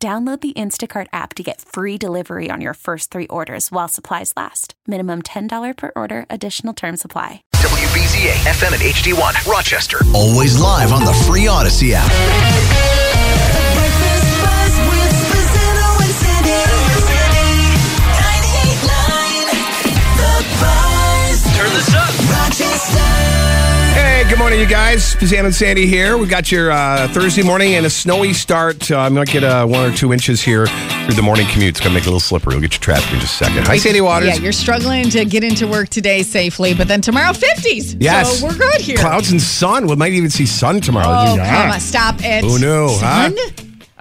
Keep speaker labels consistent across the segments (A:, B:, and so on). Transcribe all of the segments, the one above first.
A: Download the Instacart app to get free delivery on your first three orders while supplies last. Minimum $10 per order, additional term supply.
B: WBZA FM and HD1, Rochester. Always live on the free Odyssey app.
C: Breakfast Buzz with Spazzino and Sandy. The Buzz.
B: Turn this up.
C: Rochester.
D: Hey, good morning, you guys. Pizzan and Sandy here. We got your uh, Thursday morning and a snowy start. Uh, I might get uh, one or two inches here through the morning commute. It's going to make it a little slippery. We'll get your traffic in just a second. Hi, Sandy Waters.
E: Yeah, you're struggling to get into work today safely, but then tomorrow 50s.
D: yes.
E: So we're good here.
D: Clouds and sun. We might even see sun tomorrow.
E: Oh,
D: Yeah.
E: come on. Stop it.
D: Who knew, huh?
E: Son?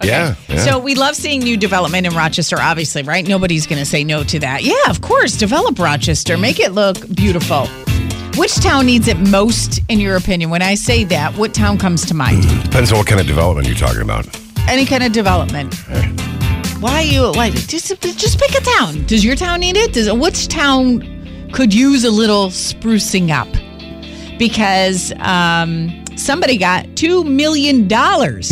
D: Yeah, yeah.
E: So we love seeing new development in Rochester, obviously, right? Nobody's going to say no to that. Yeah, of course. Develop Rochester. Make it look beautiful. Which town needs it most, in your opinion? When I say that, what town comes to mind?
D: Depends on what kind of development you're talking about.
E: Any kind of development. Why are you like just just pick a town? Does your town need it? Does which town could use a little sprucing up? Because um, somebody got two million dollars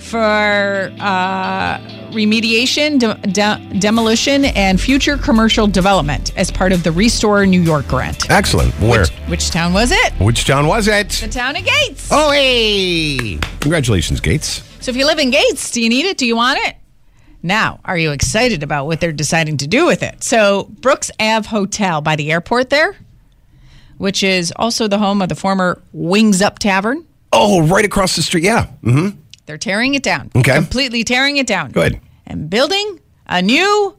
E: for uh, remediation, de- de- demolition, and future commercial development as part of the Restore New York grant.
D: Excellent. Where?
E: Which, which town was it?
D: Which town was
E: The
D: it?
E: town of Gates.
D: Oh, hey. Congratulations, Gates.
E: So if you live in Gates, do you need it? Do you want it? Now, are you excited about what they're deciding to do with it? So, Brooks Ave Hotel by the airport there, which is also the home of the former Wings Up Tavern,
D: Oh, right across the street. Yeah. Mm,
E: they're tearing it down.
D: Okay.
E: Completely tearing it down.
D: Good.
E: And building a new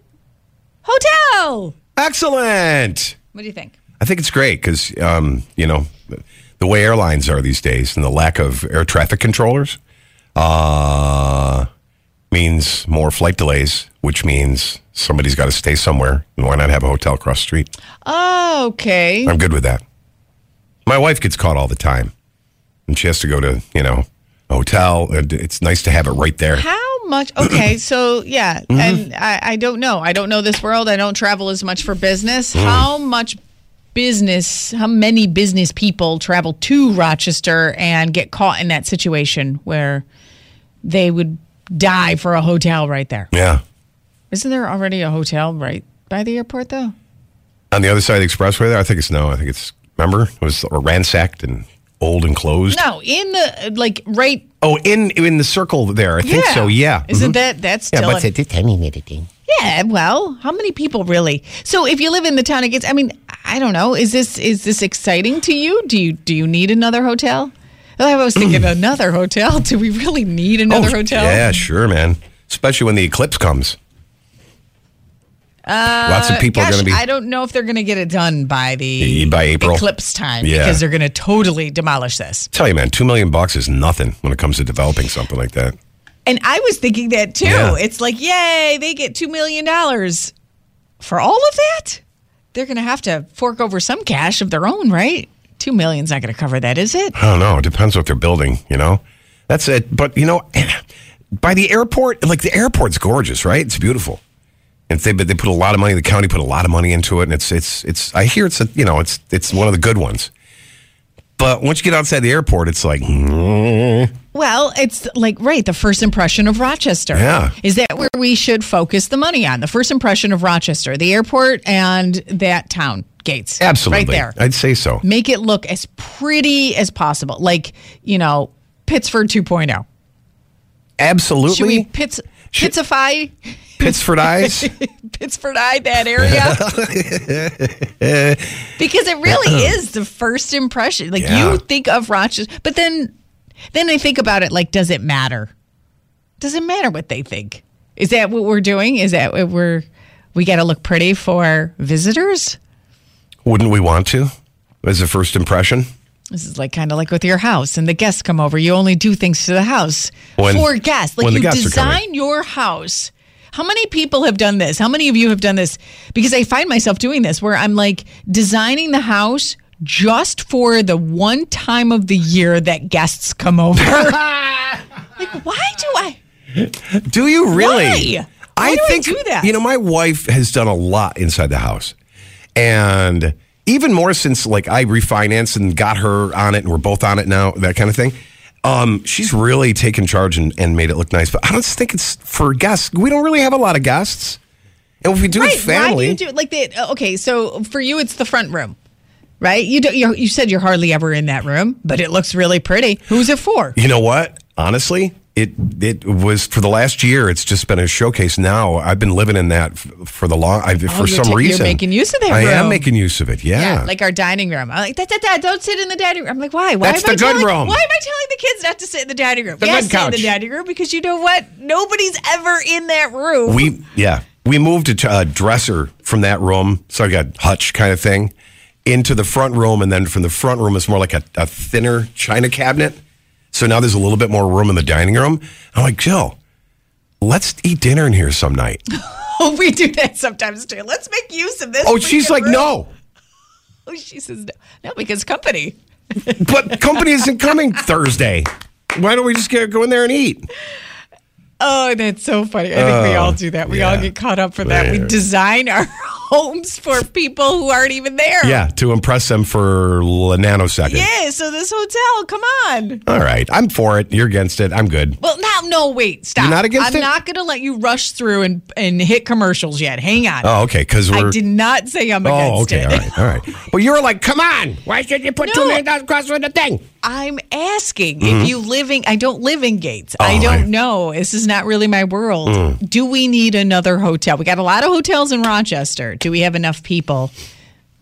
E: hotel.
D: Excellent.
E: What do you think?
D: I think it's great because um, you know the way airlines are these days and the lack of air traffic controllers uh, means more flight delays, which means somebody's got to stay somewhere. And why not have a hotel across the street?
E: Okay.
D: I'm good with that. My wife gets caught all the time, and she has to go to you know a hotel. And it's nice to have it right there.
E: How much? Okay, so yeah,
D: Mm-hmm.
E: and I, I don't know. I don't know this world. I don't travel as much for business.
D: Mm.
E: How much business? How many business people travel to Rochester and get caught in that situation where they would die for a hotel right there?
D: Yeah.
E: Isn't there already a hotel right by the airport though?
D: On the other side of the expressway, there, I think it's no. I think it's remember it was ransacked and old and closed.
E: No, in the like right.
D: Oh, in in the circle there. I think so. Yeah.
E: Isn't
D: Mhm.
E: that that's
D: Yeah,
E: still
D: but
E: a-
D: it's a tiny little thing.
E: Yeah, well, how many people really? So if you live in the town of Gates, I mean, I don't know. Is this is this exciting to you? Do you do you need another hotel? I was thinking another hotel. Do we really need another
D: Oh,
E: hotel?
D: Yeah, sure, man. Especially when the eclipse comes. Lots of people
E: Uh, Gosh,
D: are going to be.
E: I don't know if they're going to get it done by the
D: By April.
E: eclipse time
D: Yeah.
E: because they're going to totally demolish this.
D: tell you, man, two million bucks is nothing when it comes to developing something like that.
E: And I was thinking that too.
D: Yeah.
E: It's like, yay, they get two million dollars for all of that. They're going to have to fork over some cash of their own, right? Two million's not going to cover that, is it?
D: I don't know. It depends what they're building. You know, that's it. But you know, by the airport, like the airport's gorgeous, right? It's beautiful. And they, but they put a lot of money. The county put a lot of money into it, and it's it's it's. I hear it's a, you know it's it's one of the good ones. But once you get outside the airport, it's like hmm,
E: Well, it's like right, the first impression of Rochester.
D: Yeah.
E: Is that where we should focus the money on? The first impression of Rochester, the airport and that town, Gates.
D: absolutely
E: Right there.
D: I'd say so.
E: Make it look as pretty as possible. Like, you know, Pittsford 2.0.
D: Absolutely.
E: oh. Should we pits,
D: Should-
E: pitsify,
D: Pittsford eyes.
E: Pittsfordite that area? because it really is the first impression. Like
D: Yeah.
E: you think of Rochester, but then then I think about it like does it matter? Does it matter what they think? Is that what we're doing? Is that what we're we got to look pretty for visitors?
D: Wouldn't we want to? As a first impression?
E: This is like kind of like with your house and the guests come over. You only do things to the house
D: When-
E: for guests. Like
D: when the
E: you
D: guests are coming.
E: design your house How many people have done this? How many of you have done this? Because I find myself doing this where I'm like designing the house just for the one time of the year that guests come over. like, why do I?
D: Do you really?
E: Why? Why do I do that?
D: You know, my wife has done a lot inside the house. And even more since like I refinanced and got her on it and we're both on it now, that kind of thing. Um, she's really taken charge and, and made it look nice. But I don't think it's for guests. We don't really have a lot of guests. And if we do it's family,
E: Why do you do like the okay? So for you, it's the front room, right? You do, you you said you're hardly ever in that room, but it looks really pretty. Who's it for?
D: You know what? Honestly, it it was for the last year. It's just been a showcase. Now I've been living in that f- for the long. I, for
E: Oh, you're
D: some
E: ta- you're
D: reason,
E: making use of that
D: I am
E: room.
D: making use of it. Yeah.
E: like our dining room. I'm like, da, da, da, don't sit in the dining room. I'm like, why? Why
D: That's
E: am I
D: the good
E: telling-
D: room.
E: Why am I telling the kids not to sit in the dining room?
D: The good
E: yes, sit in the
D: couch.
E: dining room because you know what? Nobody's ever in that room.
D: we yeah we moved a t- a dresser from that room, so I got hutch kind of thing, into the front room, and then from the front room it's more like a, a thinner china cabinet. So now there's a little bit more room in the dining room. I'm like Jill, let's eat dinner in here some night.
E: we do that sometimes too. Let's make use of this.
D: Oh, she's
E: freaking
D: like
E: room.
D: no.
E: Oh, she says no, no because company.
D: but company isn't coming Thursday. Why don't we just get, go in there and eat?
E: Oh, that's so funny. I think we all do that. We all
D: yeah.
E: get caught up for that. We
D: There.
E: design our homes for people who aren't even there.
D: Yeah, to impress them for l- a nanosecond.
E: Yeah, so this hotel, come on.
D: All right, I'm for it. You're against it. I'm good.
E: Well, now, no, wait, stop.
D: You're not against
E: I'm
D: it?
E: not going to let you rush through and, and hit commercials yet. Hang on.
D: Oh, okay, because we're.
E: I did not say I'm
D: oh,
E: against
D: okay, all
E: it.
D: right, all right. Well, you were like, come on. Why should you put
E: No.
D: two million dollars across with the thing?
E: I'm asking if you living. I don't live in Gates. I
D: Mm-hmm. Oh,
E: don't
D: I- Mm.
E: know. This is not really my world. Do we need another hotel? We got a lot of hotels in Rochester. Do we have enough people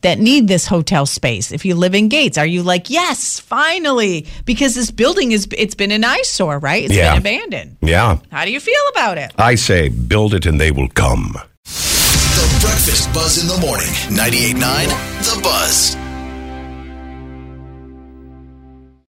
E: that need this hotel space? If you live in Gates, are you like yes, finally? Because this building is it's been an eyesore, right? It's
D: Yeah.
E: been abandoned.
D: Yeah,
E: How do you feel about it?
D: I say, build it and they will come.
B: The Breakfast Buzz in the morning. 98.9 The Buzz.